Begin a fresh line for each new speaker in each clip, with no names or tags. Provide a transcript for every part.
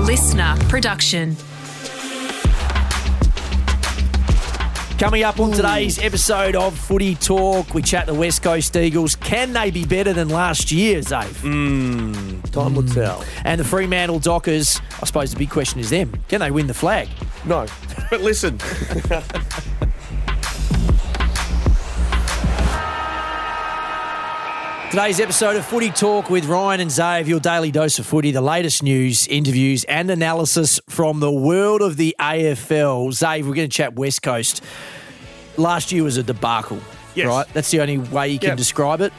listener production.
Coming up on today's episode of Footy Talk, we chat the West Coast Eagles. Can they be better than last year, Zave?
Mm.
Time will
Hmm.
tell.
And the Fremantle Dockers, I suppose the big question is them. Can they win the flag?
No.
But listen,
Today's episode of Footy Talk with Ryan and Zave, your daily dose of footy, the latest news, interviews, and analysis from the world of the AFL. Zave, we're going to chat West Coast. Last year was a debacle,
Yes.
right? That's the only way you can
Yep.
describe it.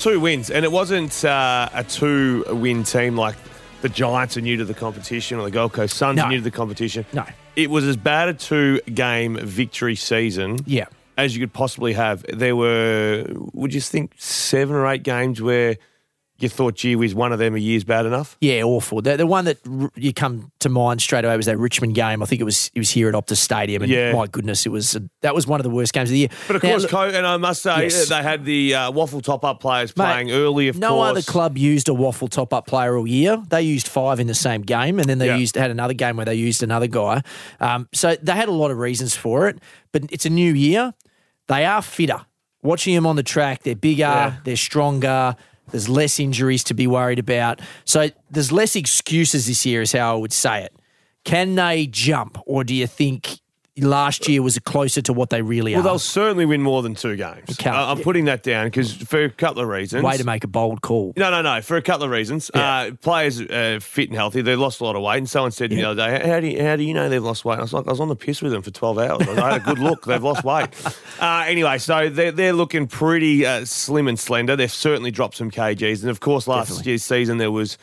two wins, and it wasn't uh, a two-win team like the Giants are new to the competition or the Gold Coast Suns
No.
are new to the competition.
No.
it was as bad a two-game victory season.
Yeah.
as you could possibly have. There were, would you think, seven or eight games where you thought, gee whiz, one of them a year's bad enough?
Yeah, awful. The, the one that r- you come to mind straight away was that Richmond game. I think it was it was here at Optus Stadium, and
Yeah.
my goodness, it was that was one of the worst games of the year.
But of
Now,
course,
look-
Co- and I must say,
Yes.
they had the uh, waffle top-up players
Mate,
playing early. Of
no
course,
other club used a waffle top up player all year. They used five in the same game, and then they
Yeah.
used had another game where they used another guy. Um, so they had a lot of reasons for it. But it's a new year. They are fitter. Watching them on the track, they're bigger,
Yeah.
they're stronger. There's less injuries to be worried about. So there's less excuses this year, is how I would say it. Can they jump, or do you think last year was closer to what they really
Well,
are?
they'll certainly win more than two games.
can't.
I- I'm putting that down because for a couple of reasons.
Way to make a bold call.
No, no, no. For a couple of reasons, uh, players uh, fit and healthy. They lost a lot of weight, and someone said to me the other day, "How do you, how do you know they've lost weight?" And I was like, "I was on the piss with them for twelve hours. I had a good look. They've lost weight." Uh, anyway, so they're they're looking pretty uh, slim and slender. They've certainly dropped some kgs, and of course, last year's season there was.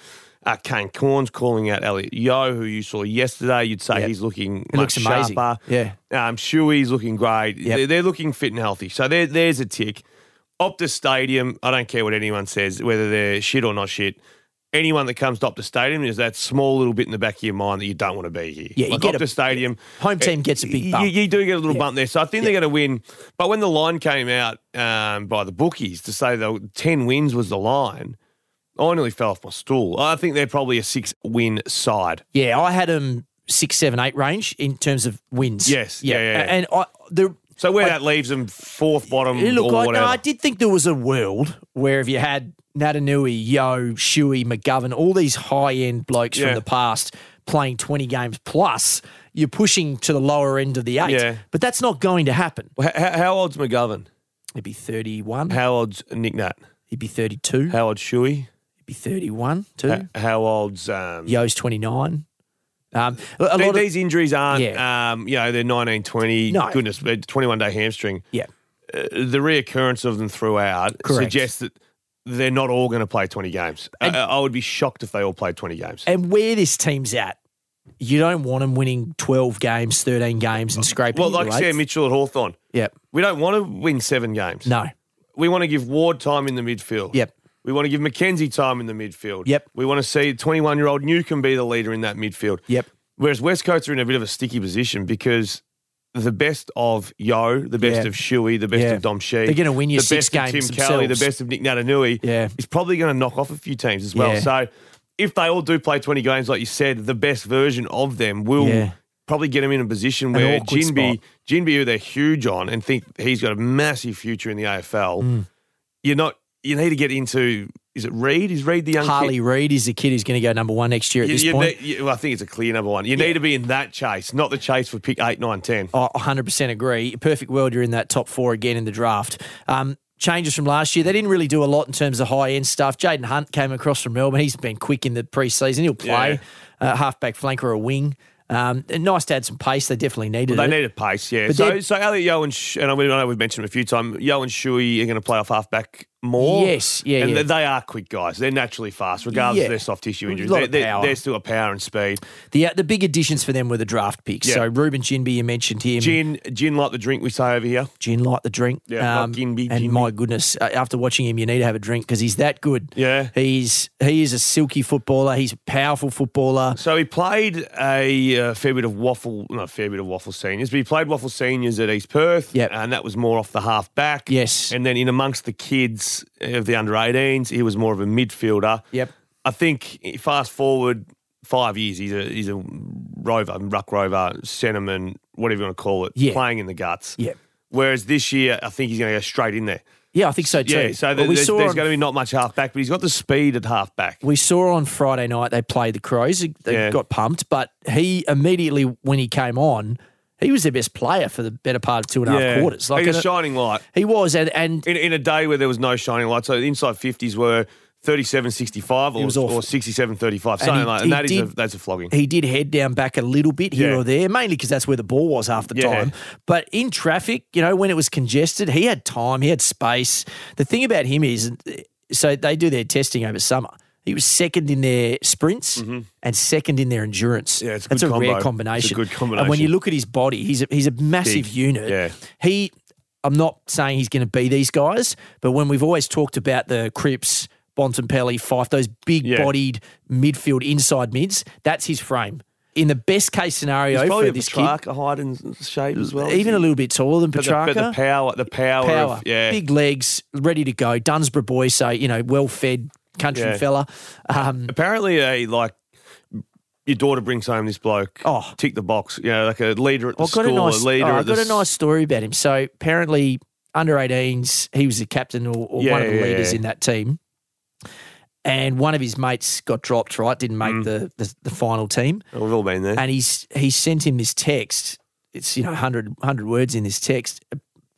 Uh, Kane Corns calling out Elliot Yo, who you saw yesterday. You'd say
Yep.
he's looking
He looks
much
amazing.
sharper.
Yeah.
Um, Shuey's looking great.
Yep.
They're, they're looking fit and healthy. So there, there's a tick. Optus Stadium, I don't care what anyone says, whether they're shit or not shit. Anyone that comes to Optus Stadium is that small little bit in the back of your mind that you don't want to be here.
Yeah, you
like
get a-
Optus Stadium.
Home team gets a big bump.
You, you do get a little bump there. So I think they're going to win. But when the line came out um, by the bookies to say that 10 wins was the line, I nearly fell off my stool. I think they're probably a six win side.
Yeah, I had them six, seven, eight range in terms of wins.
Yes, yeah, yeah, yeah.
And I the
So where
I-
that leaves them, fourth bottom
look,
Mm, or
I,
whatever.
no, I did think there was a world where if you had Natanui, Yo, Shuey, McGovern, all these high end blokes
Yeah.
from the past playing twenty games plus, you're pushing to the lower end of the eight.
Yeah.
But that's not going to happen.
Well, How, how old's McGovern?
It'd be thirty one.
How old's Nick Nat?
It'd be thirty two. It'd
How old's Shuey?
be thirty one too.
H- How old's um,
Yo's twenty nine. Um, a a
the-
lot of,
these injuries aren't,
Yeah.
um, you know, they're 19, 20,
No.
goodness, they're 21 day hamstring.
yeah.
Uh, the reoccurrence of them throughout
Correct.
suggests that they're not all going to play 20 games. I-
And-
I, would be shocked if they all played 20 games.
and where this team's at, you don't want them winning 12 games, 13 games and scraping
well,
the
like
eighth.
Sam Mitchell at Hawthorn,
Yep.
we don't want to win seven games.
No.
We want to give Ward time in the midfield.
Yep.
We want to give McKenzie time in the midfield.
Yep.
We want to see 21 year old Newcomb be the leader in that midfield.
Yep.
Whereas West Coast are in a bit of a sticky position because the best of Yo, the best
Yeah.
of Shuey, the best
Yeah.
of Dom Shee,
They're gonna win you
the
six
best of
games
Tim Kelly, the
themselves.
best of Nick Natanui,
Yeah.
is probably going to knock off a few teams as well.
Yeah.
So if they all do play 20 games, like you said, the best version of them will
Yeah.
probably get them in a position where
awkward
Jinby,
spot.
Jinby, who they're huge on and think he's got a massive future in the AFL,
Mm.
you're not, you need to get into, is it Reed? Is Reed the young kid?
Harley Reid is the kid who's going to go number one next year at
You-
this
you
point.
need- you- well, I think it's a clear number one. You need to be in that chase, not the chase for pick eight, nine, ten.
I 100% agree. Perfect world, you're in that top four again in the draft. Um, changes from last year, they didn't really do a lot in terms of high end stuff. Jaden Hunt came across from Melbourne. He's been quick in the preseason. He'll play uh, halfback flank or a wing. Um, and nice to add some pace. They definitely needed
They
it.
need a pace, yeah.
But
so,
they're-
so Elliot Yo and Sh- and I, mean, I know we've mentioned him a few times. Yo and Shuey are going to play off halfback more.
Yes, yeah,
and
yeah.
th- they are quick guys. They're naturally fast, regardless
Yeah.
of their soft tissue
A
injuries.
lot
They're,
of
they're,
power.
they're still a power and speed.
The, uh, the big additions for them were the draft picks.
Yeah.
So Ruben Jinby, you mentioned him.
Gin, gin like the drink we say over here.
gin, like the drink. Um,
Yeah, like gin, big
and
gin,
my goodness, uh, after watching him, you need to have a drink because he's that good.
Yeah.
he's he is a silky footballer. He's a powerful footballer.
So he played a uh, fair bit of waffle, not a fair bit of waffle seniors, but he played waffle seniors at East Perth.
Yep.
And that was more off the half back.
Yes.
And then in amongst the kids of the under 18s, he was more of a midfielder.
Yep.
I think eh, fast forward five years. He's a he's a rover, ruck rover, sentiment, whatever you want to call it,
Yeah.
playing in the guts.
Yeah.
Whereas this year, I think he's going to go straight in there.
Yeah, I think so too.
Yeah, so
But
there-
we
there's,
saw
there's
on-
going to be not much halfback, but he's got the speed at halfback.
We saw on Friday night they played the Crows. They
Yeah.
got pumped, but he immediately when he came on, he was their best player for the better part of two and a half quarters. Like
he's
and
a
it-
shining light.
he was, and, and
in, in a day where there was no shining light. So the inside 50s were 37.65
was
or,
awful.
or 67.35, something
he-
like that.
he
And that is a,
did-
that's a flogging.
he did head down back a little bit here
Yeah.
or there, mainly because that's where the ball was half the
Yeah.
time. But in traffic, you know, when it was congested, he had time, he had space. The thing about him is, so they do their testing over summer. He was second in their sprints and second in their endurance.
Mm-hmm. Yeah, it's a
That's a
good combo.
rare
It's a
combination.
good
And when you
combination.
look at his body, he's a, he's a massive
Big.
unit.
Yeah.
He, I'm not saying he's going to be these guys, but when we've always talked about the Crips, Bontempelli, Fife, those big
Yeah.
bodied midfield inside mids, that's his frame. In the best case scenario
He's
for
probably a
this
Petrarca height and shape as well.
kid, even a little bit taller than
but the,
Petrarca.
but the power, the power,
power,
Of, yeah.
big legs, ready to go. Dunsborough boy, so you know, well fed country
Yeah.
fella. Um,
Apparently, a like your daughter brings home this bloke.
Oh.
tick the box. You know, like a leader at the
I've got a
school,
nice,
a leader.
oh,
at
I've got
the
a nice story about him. So apparently, under 18s, he was the captain or, or
Yeah,
one of the
yeah,
leaders
yeah.
in that team. And one of his mates got dropped, right? Didn't make
Mm.
the, the the final team.
s- We've all been there.
And he's he sent him this text. It's you know 100, 100 words in this text,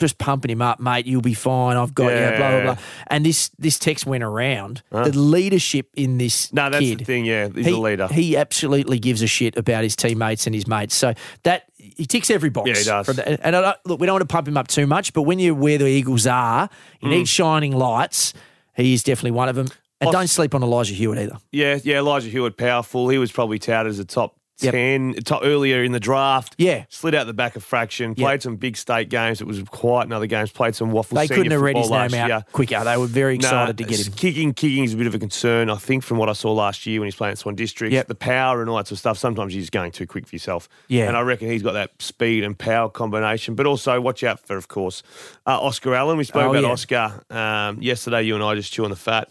just pumping him up, mate. You'll be fine. I've got you. Blah blah
Yeah.
blah. And this this text went around. The leadership in this
no, that's
kid
the thing. Yeah, he's
he,
a leader.
He absolutely gives a shit about his teammates and his mates. So that he ticks every box.
Yeah, he does.
from that. And I don't, look, we don't want to pump him up too much, but when you're where the Eagles are, you
Mm.
need shining lights. He is definitely one of them. And
Off-
don't sleep on Elijah Hewitt either.
yeah, yeah. Elijah Hewitt, powerful. He was probably touted as a top
Yep.
ten top, earlier in the draft.
Yeah.
slid out the back of fraction.
Yeah.
Played some big state games. It was quite another games. Played some waffle.
They
senior
couldn't have read his
football
name
last
out
year.
quicker. They were very excited to
Nah,
get him.
Kicking, kicking is a bit of a concern, I think, from what I saw last year when he's playing at Swan District.
Yep.
The power and all that sort of stuff. Sometimes you're just going too quick for yourself.
Yeah.
And I reckon he's got that speed and power combination. But also, watch out for, of course, uh, Oscar Allen. We spoke
Oh,
about
yeah.
Oscar um, yesterday. You and I just chewing the fat.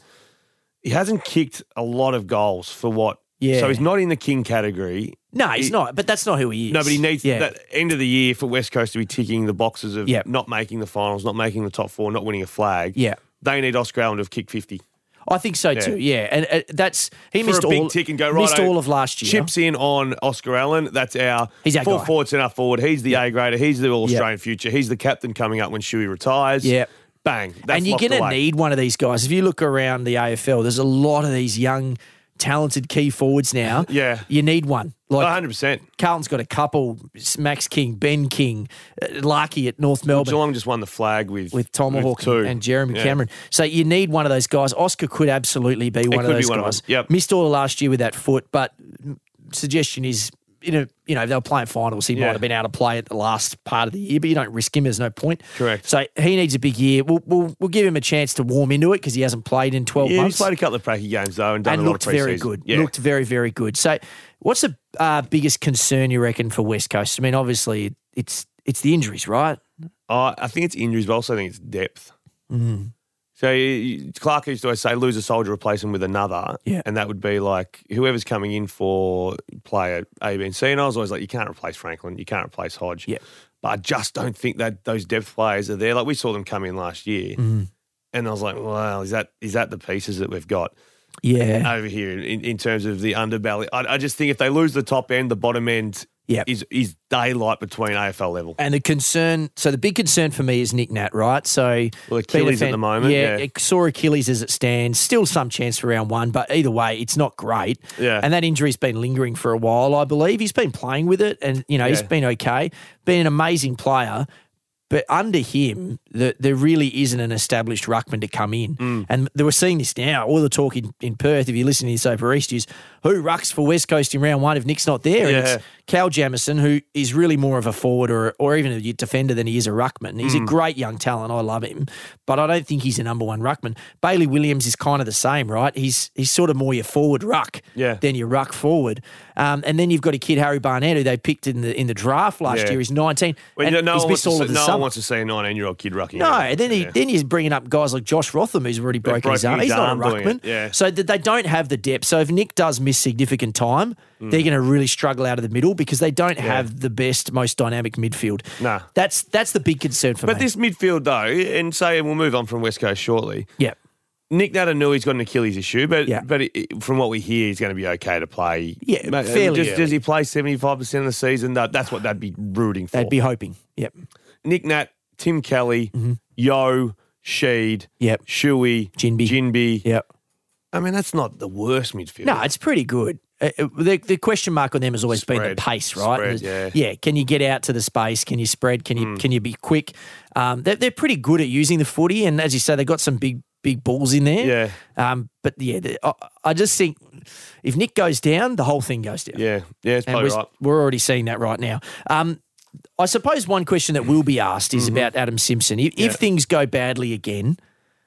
He hasn't kicked a lot of goals for what.
Yeah.
So he's not in the king category.
No, he's
he-
not. But that's not who he is.
No, but he needs
Yeah.
that end of the year for West Coast to be ticking the boxes of
Yep.
not making the finals, not making the top four, not winning a flag.
Yeah.
They need Oscar Allen to have kicked 50.
I think so too. Yeah, and uh, that's he
For
missed
a big
all.
tick and go,
missed
"Righto,
all of last year.
Chips in on Oscar Allen. That's our
He's our
full
guy.
forward, centre forward. He's the A grader. He's the All Australian future. He's the captain coming up when Shuey retires.
Yep.
Bang. That's
and you're
locked
going to
away.
need one of these guys. If you look around the AFL, there's a lot of these young, talented key forwards now.
Yeah.
You need one. Like
100%.
Carlton's got a couple It's Max King, Ben King, uh, Larky at North Melbourne.
Geelong just won the flag with
with Tomahawk
two.
and, and Jeremy
Yeah.
Cameron. So you need one of those guys. Oscar could absolutely be one
could
of
be
those
one of
guys.
them. Yep.
Missed all of last year with that foot, but mm, suggestion is you know, you know, if they were playing finals, he might
Yeah.
have been able to play at the last part of the year, but you don't risk him, there's no point.
Correct.
So he needs a big year. We'll we'll, we'll give him a chance to warm into it because he hasn't played in twelve
Yeah, he's
months
played a couple of pracky games though, and done
and
a lot of
looked very
preseason.
good.
Yeah.
Looked very, very good. So, what's the uh, biggest concern you reckon for West Coast? I mean, obviously, it's it's the injuries, right?
Uh, I I think it's injuries, but I also think it's depth.
Mm-hmm.
So you- Clark used to always say, "Lose a soldier, replace him with another."
Yeah.
and that would be like whoever's coming in for player A, B, and C. And I was always like, "You can't replace Franklin, you can't replace Hodge."
Yeah.
but I just don't think that those depth players are there. Like we saw them come in last year,
Mm-hmm.
and I was like, "Wow, is that is that the pieces that we've got?"
Yeah.
over here in, in terms of the underbelly. I, I just think if they lose the top end, the bottom end
Yep.
is is daylight between AFL level.
And the concern, so the big concern for me is Nick Nat, right? So
Well, Achilles
being a
at the moment,
yeah,
yeah.
it saw Achilles as it stands. Still some chance for round one, but either way, it's not great.
Yeah.
and that injury's been lingering for a while, I believe. He's been playing with it, and you know he's
Yeah.
been okay. Been an amazing player. But under him, the, there really isn't an established ruckman to come in.
Mm.
And they were seeing this now. All the talk in, in Perth, if you listen to this over East, is who rucks for West Coast in round one if Nick's not there? And
Yeah.
it's Cal Jamison, who is really more of a forward or, or even a defender than he is a ruckman. He's
Mm.
a great young talent. I love him, but I don't think he's a number one ruckman. Bailey Williams is kind of the same, right? He's he's sort of more your forward ruck
Yeah.
than your ruck forward. Um, and then you've got a kid Harry Barnett who they picked in the in the draft last
Yeah.
year. He's nineteen.
Well,
and
you know, no
he's
one wants
missed
to
all
see-
of the
no one
summer.
wants to see a 19 year old kid rucking.
No,
out.
and then he,
Yeah.
then he's bringing up guys like Josh Rotham, who's already broken his
broken
arm.
his
He's not a
arm doing
ruckman,
it, yeah.
so that they don't have the depth. So if Nick does miss significant time,
Mm.
they're going to really struggle out of the middle because they don't have the best, most dynamic midfield.
Nah.
that's that's the big concern for
But
me.
this midfield, though, and say we'll move on from West Coast shortly.
yeah,
Nick Natanui's got an Achilles issue, but
Yeah.
but it, from what we hear, he's going to be okay to play.
Yeah,
Ma-
fairly
Just,
early.
does he play seventy five percent of the season? That, that's what they'd be rooting for.
they'd be hoping. Yep,
Nick Nat, Tim Kelly, Yo, Sheed,
Yep.
Shuey,
Jinbi.
Jinbi.
yep.
I mean, that's not the worst midfield.
No, it's pretty good. Uh, uh, the, the question mark on them has always been the
Spread.
pace, right?
Spread, Mm.
There's- Can you get out to the space? Can you spread? Can you can you be quick? Um, they're, they're pretty good at using the footy, and as you say, they've got some big big balls in there.
Yeah.
Um, but yeah, the, I, I just think if Nick goes down, the whole thing goes down.
Yeah, yeah, it's
And
probably
we're,
right.
we're already seeing that right now. Um, I suppose one question that will be asked
Mm-hmm.
is about Adam Simpson. If, if things go badly again,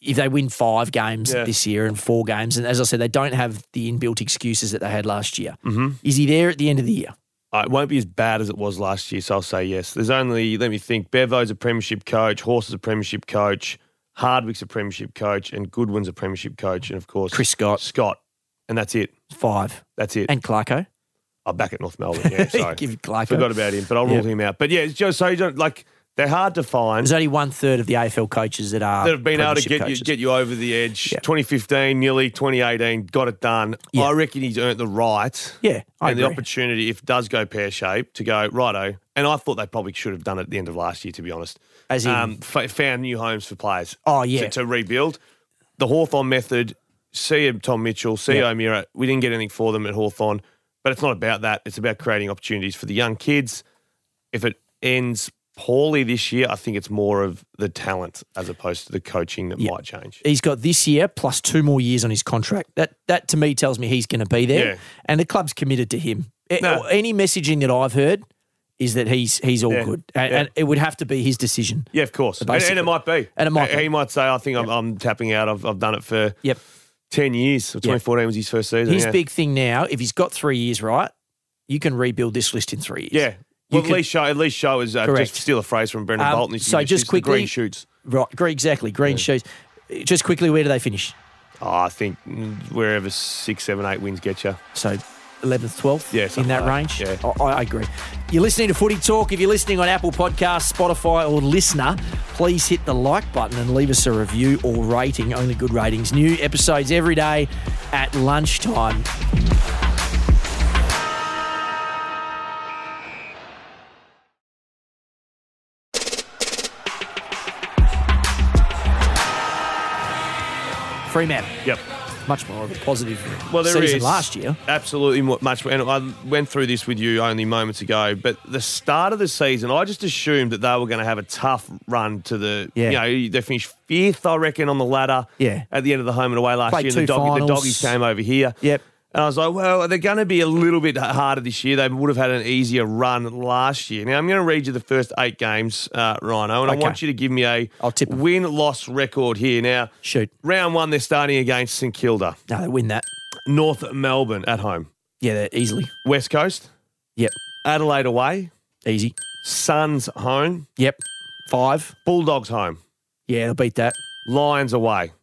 if they win five games
Yeah.
this year and four games, and as I said, they don't have the inbuilt excuses that they had last year,
Mm-hmm.
is he there at the end of the year?
Uh, It won't be as bad as it was last year, so I'll say yes. There's only, let me think, Bevo's a premiership coach, Horse is a premiership coach, Hardwick's a premiership coach, and Goodwin's a premiership coach, and of course,
Chris Scott,
Scott. And that's it.
five.
That's it.
And Clarko.
I'm back at North Melbourne. Yeah, sorry.
Give Clarko.
Forgot about him, but I'll rule him out. But yeah, it's just, so you don't, like, they're hard to find.
There's only one third of the AFL coaches that are
that have been able to
premiership
get
coaches.
you get you over the edge.
Yeah.
2015, nearly 2018, got it done.
Yeah.
I reckon he's earned the right
Yeah, I
and the
agree.
opportunity, if it does go pear shaped, to go righto. And I thought they probably should have done it at the end of last year, to be honest.
As in-
f- found new homes for players.
Oh, yeah.
to, to rebuild the Hawthorn method. See Tom Mitchell, see
Yeah.
O'Meara. We didn't get anything for them at Hawthorn, but it's not about that. It's about creating opportunities for the young kids. If it ends poorly this year, I think it's more of the talent as opposed to the coaching that might change.
he's got this year plus two more years on his contract. That that to me tells me he's going to be there,
Yeah.
and the club's committed to him. A-
No.
Any messaging that I've heard is that he's he's all
Yeah.
good, and,
Yeah.
and it would have to be his decision.
Yeah, of course. And, and
Basically.
it might be.
And it might
He
be.
might say, I think I'm, I'm tapping out. I've, I've done it for
Yep.
10 years. So 2014 was his first season.
His
yeah.
big thing now, if he's got three years right, you can rebuild this list in three years.
Yeah.
You
Well, at
could-
least show, at least show is uh,
Correct.
just steal a phrase from Brendan
Um,
Bolton. He used to
so
use
just
this, the
quickly-
green shoots.
right. Gre- Exactly. Green shoes. Just quickly, where do they finish?
Oh, I think mm, wherever six, seven, eight wins get you.
So 11th, 12th
Yeah,
in
something
that
like
range.
that, yeah.
I, I agree. You're listening to Footy Talk. If you're listening on Apple Podcasts, Spotify, or Listener, please hit the like button and leave us a review or rating. Only good ratings. New episodes every day at lunchtime. Freeman,
Yep.
much more of a positive
Well, there is
season last year.
Absolutely mu- much. And I went through this with you only moments ago, but the start of the season, I just assumed that they were going to have a tough run to the,
Yeah.
you know, they finished fifth, I reckon, on the ladder
Yeah.
at the end of the home and away last
Played
year. and
two
the, doggy, the
finals.
doggies came over here.
Yep.
And I was like, well, they're going to be a little bit harder this year. They would have had an easier run last year. Now, I'm going to read you the first eight games, uh, Rhino, and I
Okay.
want you to give me a
I'll tip 'em.
win loss record here. Now,
Shoot.
round one, they're starting against St Kilda,
No, they win that.
North Melbourne at home.
Yeah, they're easily.
West Coast,
Yep.
Adelaide away,
Easy.
Suns home,
Yep. Five.
Bulldogs home,
Yeah, they'll beat that.
Lions away,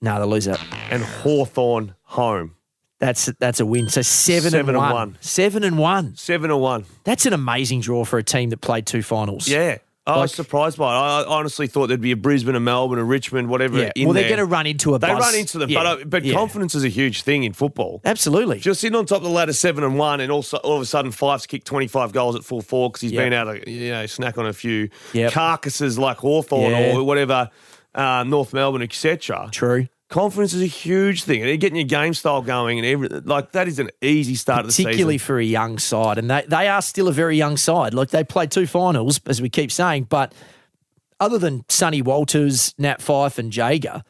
No, they'll lose that.
and Hawthorn home.
That's that's a win. So seven,
Seven
and,
and
one.
one.
Seven and one.
Seven to one.
That's an amazing draw for a team that played two finals.
Yeah. I
Like-
was surprised by it. I I honestly thought there'd be a Brisbane, a Melbourne, a Richmond, whatever.
Yeah.
in
well, they're
there.
going to run into a.
They
bus.
run into them,
Yeah.
but I, but
Yeah.
confidence is a huge thing in football.
Absolutely.
If you're sitting on top of the ladder seven and one, and all, so- all of a sudden five's kicked twenty five goals at full four because he's
Yep.
been out of you know snack on a few
Yep.
carcasses like Hawthorn
Yeah.
or whatever, uh, North Melbourne, etc.
True.
Confidence is a huge thing, and getting your game style going and every, like that is an easy start of the
Particularly
season.
for a young side, and they they are still a very young side. Like they played two finals, as we keep saying, but. Other than Sonny Walters, Nat Fife, and Jager,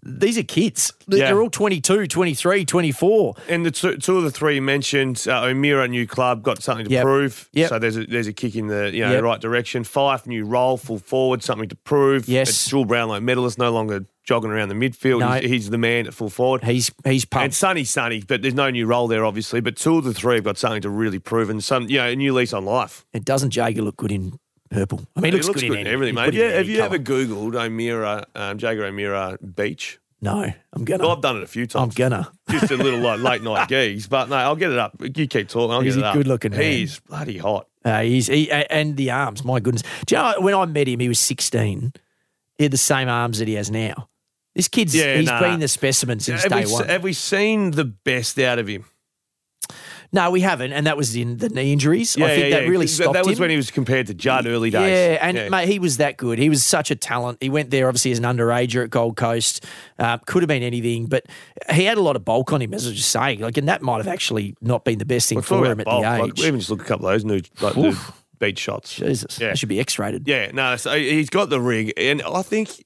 these are kids. They're
Mm. Yeah.
they're all 22, 23, 24.
And the two, two of the three you mentioned, uh, O'Meara, new club, got something to
Yep.
prove.
Yep.
So there's a, there's a kick in the you know,
Yep.
right direction. Fife, new role, full forward, something to prove.
Yes.
It's Jewel Brownlow medalist, no longer jogging around the midfield.
No.
He's, he's the man at full forward.
He's he's pumped.
and Sonny, Sonny, but there's no new role there, obviously. But two of the three have got something to really prove and some, you know, a new lease on life.
It doesn't Jager look good in purple. I mean, it looks, good, in
in
any-
everything,
you
mate.
put it
Yeah,
in
have
any
you
colour.
ever Googled O'Meara, um, Jago O'Meara Beach?
No, I'm gonna.
Well, I've done it a few times.
I'm gonna.
Just a little like, late night gigs, but no, I'll get it up. You keep talking. I'll
He's
get it
a
up.
good-looking man.
He's bloody hot.
Uh, he's he, a- and the arms. My goodness. Do you know when I met him? He was 16. He had the same arms that he has now. This kid's
Yeah,
he's
nah.
been the specimen since
Have we,
day
s-
one.
have we seen the best out of him?
no, we haven't, and that was in the knee injuries. I think that really
'cause
stopped
That was
him.
when he was compared to Judd early days.
Yeah, and mate, he was that good. He was such a talent. He went there obviously as an underager at Gold Coast. Uh, could have been anything, but he had a lot of bulk on him, as I was just saying. Like, and that might have actually not been the best thing
Well,
for
talking
him at
about
the
bulk,
age.
Like, even just look at a couple of those new like, the
Oof.
beat shots.
Jesus,
Yeah.
that should be X-rated.
Yeah, no, so he's got the rig, and I think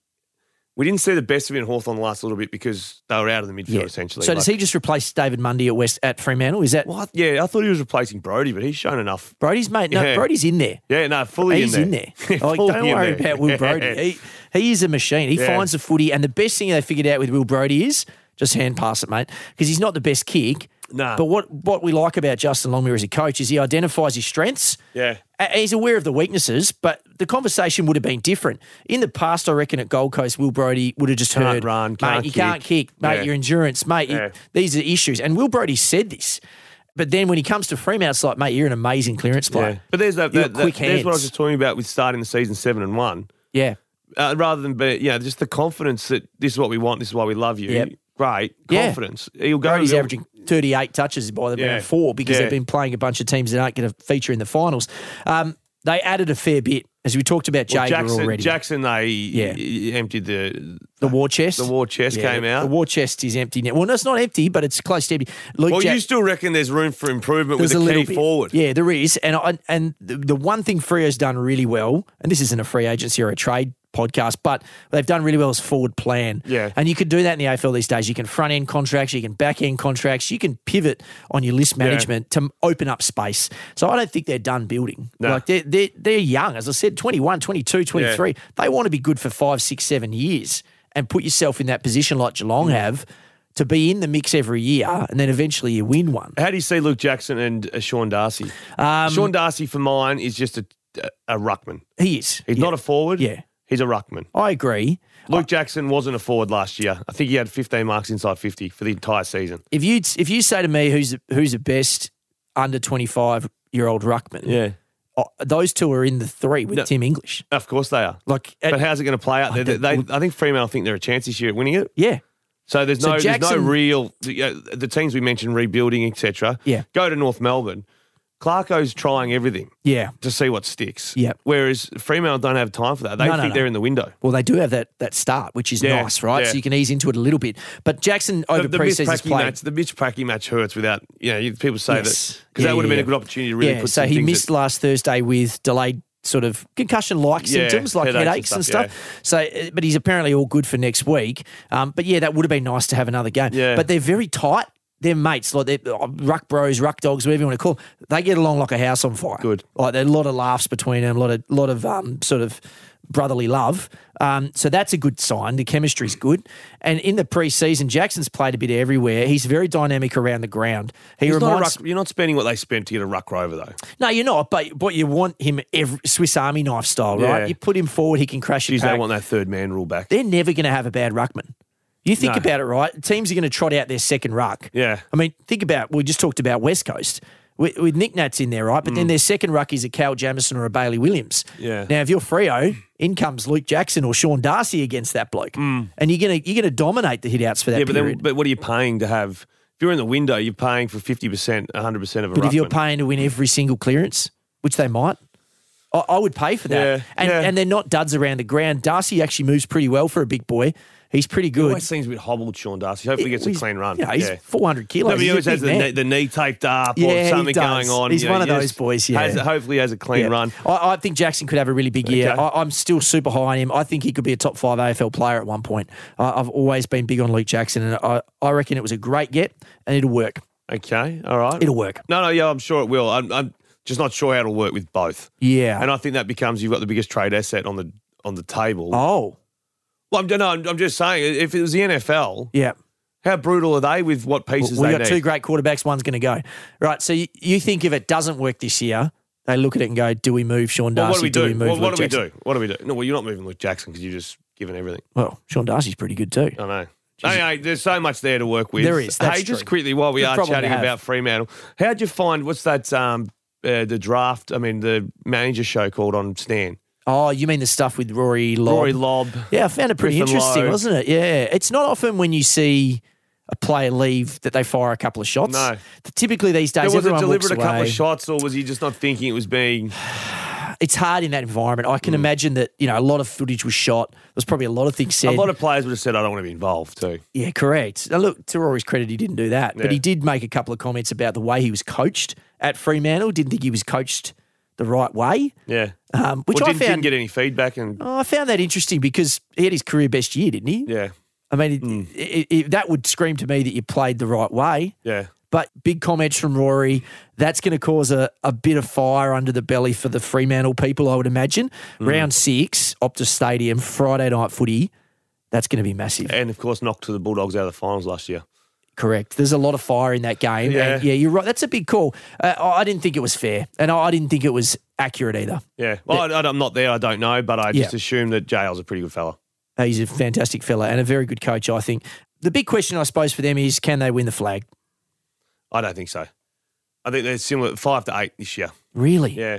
we didn't see the best of him in Hawthorn last little bit because they were out of the midfield essentially.
So
Like,
does he just replace David Mundy at West at Fremantle? Is that
well, I- yeah, I thought he was replacing Brody, but he's shown enough.
Brody's mate? No,
Yeah.
Brody's in there.
Yeah, no, fully
He's in there. Like,
Fully
don't
in
worry
there.
about Will Brody. He, he is a machine. He
Yeah.
finds the footy, and the best thing they figured out with Will Brody is just hand pass it, mate, because he's not the best kick.
Nah.
But what, what we like about Justin Longmire as a coach is he identifies his strengths.
Yeah.
A- He's aware of the weaknesses, but the conversation would have been different. In the past, I reckon at Gold Coast, Will Brody would have just
Can't
heard,
run,
mate,
can't
you can't kick, mate,
Yeah.
your endurance, mate, you-
Yeah.
these are issues. And Will Brody said this. But then when he comes to Fremantle, it's like, mate, you're an amazing clearance player.
Yeah. But there's that,
You've
that,
got quick
that- there's what I was
hands.
just talking about with starting the season seven and one.
Yeah.
Uh, rather than be, you know, just the confidence that this is what we want, this is why we love you.
Yep.
Great
Yeah.
confidence. He'll go.
Brody's
he'll-
averaging 38 touches by the
Yeah.
round four because
Yeah.
they've been playing a bunch of teams that aren't going to feature in the finals. Um, they added a fair bit, as we talked about
Well,
Jager
Jackson,
already.
Jackson, they
Yeah.
emptied the
the war chest.
the war chest
Yeah,
came
The
out.
war chest is empty now. Well, no, it's not empty, but it's close to empty. Luke
Well,
Jack-
you still reckon there's room for improvement
there's
with
a
a,
little
key
bit.
forward.
Yeah, there is. And I, and the, the one thing Freo's done really well, and this isn't a free agency or a trade podcast, but they've done really well is forward plan.
Yeah.
And you can do that in the AFL these days. You can front end contracts, you can back end contracts, you can pivot on your list management to open up space. So I don't think they're done building.
No.
Like they're, they're, they're young. As I said, 21, 22, 23. They want to be good for five, six, seven years and put yourself in that position like
Mm.
Geelong have to be in the mix every year and then eventually you win one.
How do you see Luke Jackson and uh, Sean Darcy?
Um,
Sean Darcy, for mine, is just a, a, a ruckman.
He is.
He's
Yeah.
not a forward.
Yeah.
He's a ruckman.
I agree.
Luke Jackson wasn't a forward last year. I think he had 15 marks inside 50 for the entire season.
If you if you say to me who's the- who's the best under twenty five year old ruckman, oh, those two are in the three with
No.
Tim English.
Of course they are.
Like,
but
at-
how's it going to play out? They,
don't-
they, I think Fremantle think they're a chance this year at winning it.
yeah,
So there's
So
no there's
Jackson-
no real the, uh, the teams we mentioned rebuilding etc.
Yeah.
Go to North Melbourne. Clarko's trying everything
yeah.
to see what sticks.
Yeah.
Whereas Fremantle don't have time for that. They
No, no, no.
think they're in the window.
Well, they do have that that start, which is
Yeah,
nice, right?
yeah.
So you can ease into it a little bit. But Jackson over
The, the Mitch
preseason's
Packy
play.
match, the Mitch Packy match hurts without you know you- people say
Yes.
that because
Yeah,
that would have
yeah,
been
yeah.
a good opportunity to really
yeah,
put.
so
some
he
things
missed
that-
last Thursday with delayed sort of concussion-like
Yeah,
symptoms, like headaches
headaches
and
and
stuff.
stuff,
So, uh, but he's apparently all good for next week. Um, but yeah, that would have been nice to have another game.
Yeah.
But they're very tight. They're mates, like they're uh, ruck bros, ruck dogs, whatever you want to call. 'em. They get along like a house on fire.
Good.
Like there's a lot of laughs between them, a lot of lot of um, sort of brotherly love. Um, so that's a good sign. The chemistry's good. And in the preseason, Jackson's played a bit everywhere. He's very dynamic around the ground. He
He's not a
reminds
ruck- you're not spending what they spent to get a ruck rover though.
no, you're not. But but you want him every, Swiss Army knife style, right?
Yeah.
You put him forward, he can crash your
Jeez, they
pack.
want that third man rule back.
They're never going to have a bad ruckman. You think
No.
about it, right? Teams are going to trot out their second ruck.
Yeah.
I mean, think about. We just talked about West Coast with, with Nick Nats in there, right? But then their second ruck is a Cal Jamison or a Bailey Williams.
Mm. Yeah.
Now, if you're Frio, in comes Luke Jackson or Sean Darcy against that bloke, and you're gonna you're gonna dominate the hitouts for that
Mm. Yeah, but then,
period.
but what are you paying to have? If you're in the window, you're paying for fifty percent, hundred percent of a.
But if you're
ruckman.
paying to win every single clearance, which they might, I, I would pay for that.
Yeah,
and
yeah.
and they're not duds around the ground. Darcy actually moves pretty well for a big boy. He's pretty
He
good.
always seems a bit hobbled, Sean Darcy. Hopefully, he gets
He's-
a clean run.
You know, he's
yeah.
400
No,
kilos.
but he
He's a
always
big
has the
man.
knee, the knee taped up
Yeah,
or
he
something
does.
going on.
He's
you know,
one of
he
those
just
boys, yeah.
has- hopefully, has a clean
Yeah.
run.
I, I think Jackson could have a really big year.
Okay.
I, I'm still super high on him. I think he could be a top five AFL player at one point. I, I've always been big on Luke Jackson, and I, I reckon it was a great get, and it'll work.
Okay, all right.
It'll work.
No, no, yeah, I'm sure it will. I'm, I'm just not sure how it'll work with both.
Yeah.
And I think that becomes you've got the biggest trade asset on the on the table.
oh,
Well, I'm, no, I'm, I'm just saying, if it was the NFL,
yeah.
how brutal are they with what pieces
We've
they
got
need?
two great quarterbacks. One's going to go. Right. So you, you think if it doesn't work this year, they look at it and go, "Do we move Sean Darcy?
Well, what do we do?
move
well, what
Luke
do we
Jackson?"
do? What do we do? No, well, you're not moving Luke Jackson because you're just giving everything.
Well, Sean Darcy's pretty good too.
I know. Anyway, there's so much there to work with.
There is, that's
hey, just
true.
quickly while we
Good
are
problem to
chatting
have.
about Fremantle, how'd you find what's that um uh, the draft? I mean, the manager show called on Stan.
Oh, you mean the stuff with Rory Lobb?
Rory Lobb.
Yeah, I found it pretty
Griffin
interesting,
Lowe.
wasn't it? Yeah, it's not often when you see a player leave that they fire a couple of shots.
No.
typically these days,
There was it
everyone
delivered
walks
a couple
away.
of shots, or was he just not thinking it was being?
It's hard in that environment. I can
Mm.
imagine that you know a lot of footage was shot. There's probably a lot of things
A
said.
lot of players would have said, "I don't want to be involved." Too.
Yeah, correct. Now, look, to Rory's credit, he didn't do that,
Yeah.
but he did make a couple of comments about the way he was coached at Fremantle. Didn't think he was coached the right way,
Yeah.
um, which
well,
I
didn't,
found Oh,
didn't get any feedback, and
I found that interesting because he had his career best year, didn't he?
yeah, Mm.
I mean, it, it, it, that would scream to me that you played the right way.
yeah.
But big comments from Rory. That's going to cause a, a bit of fire under the belly for the Fremantle people, I would imagine.
Mm.
Round six, Optus Stadium, Friday night footy. That's going to be massive.
And of course, knocked to the Bulldogs out of the finals last year.
Correct. There's a lot of fire in that game.
Yeah.
And yeah, you're right. That's a big call. Uh, I I didn't think it was fair, and I I didn't think it was accurate either.
Yeah. Well, I, am not there. I don't know, but I just
Yeah.
assume that JL's a pretty good fella.
Uh, He's a fantastic fella and a very good coach, I think. The big question, I suppose, for them is can they win the flag?
I don't think so. I think they're similar, five to eight this year.
Really?
Yeah.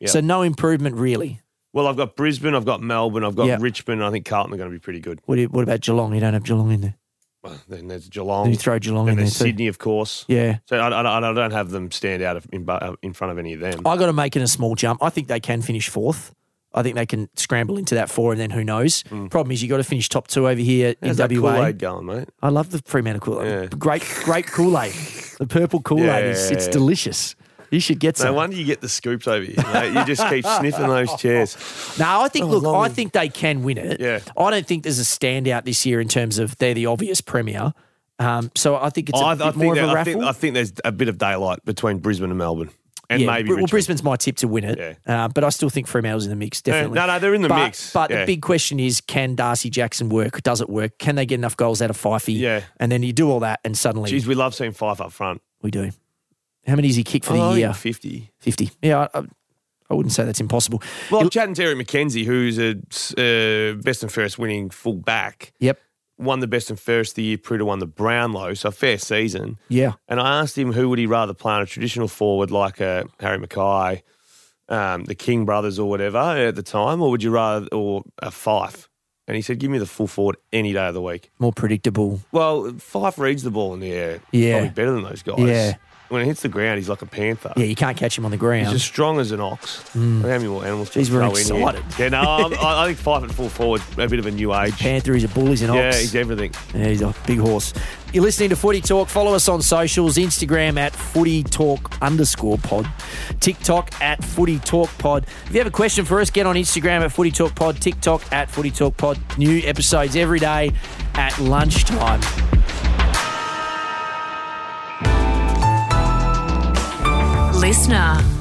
yeah.
So no improvement, really.
Well, I've got Brisbane, I've got Melbourne, I've got
Yeah.
Richmond. and I think Carlton are going to be pretty good.
What, do you- what about Geelong? You don't have Geelong in there.
Well, then there's Geelong,
Then you throw Geelong
then
in there
there's
too.
Sydney, of course.
Yeah.
So I, I, I don't have them stand out of- in, bu- uh, in front of any of them.
I got to make it a small jump. I think they can finish fourth. I think they can scramble into that four, and then who knows? Problem is, you got to finish top two over here
How's Hmm. that
in WA.
Kool-Aid going, mate?
I love the Fremantle Kool Aid.
Yeah.
Great, great Kool Aid. The purple Kool Aid is it's
Yeah.
delicious. You should get
No
some.
wonder you get the scoops over here, mate. You just keep sniffing those chairs.
No, I think. look,
long-
I think they can win it.
Yeah.
I don't think there's a standout this year in terms of they're the obvious premier. Um, so I think it's a
I, I
bit
think
more of
there-
a
I,
raffle.
think, I think there's a bit of daylight between Brisbane and Melbourne. And
Yeah,
maybe
Br- well,
Richmond.
Brisbane's my tip to win it, uh, but I still think Fremantle's in the mix. Definitely.
no, no, they're in the
But-
mix,
But
yeah.
the big question is, can Darcy Jackson work? Does it work? Can they get enough goals out of Fifey?
Yeah.
And then you do all that, and suddenly
Jeez, we love seeing Fife up front.
we do. How many does he kick for
Oh,
the year?
50.
Fifty. Yeah, I, I, I wouldn't say that's impossible.
Well, I'm chatting to Terry McKenzie, who's a uh, best and fairest winning full back,
Yep.
won the best and fairest the year Pruder won the Brownlow, so a fair season.
Yeah.
And I asked him who would he rather play on a traditional forward like a Harry Mackay, um, the King brothers or whatever at the time, or would you rather or a Fife? And he said, "Give me the full forward any day of the week."
More predictable.
Well, Fife reads the ball in the air,
Yeah.
probably better than those guys.
Yeah.
When it hits the ground, he's like a panther.
Yeah, you can't catch him on the ground.
He's as strong as an ox. Look how many more animals
Jeez,
just
we're
throw in here.
Hmm. excited.
Yeah, no, I'm, I I think five and full forward, a bit of a new age.
Panther, he's a bull, he's an ox.
yeah, he's everything.
Yeah, he's a big horse. You're listening to Footy Talk. Follow us on socials Instagram at Footy Talk underscore pod, TikTok at Footy Talk pod. If you have a question for us, get on Instagram at Footy Talk pod, TikTok at Footy Talk pod. New episodes every day at lunchtime.
Listener.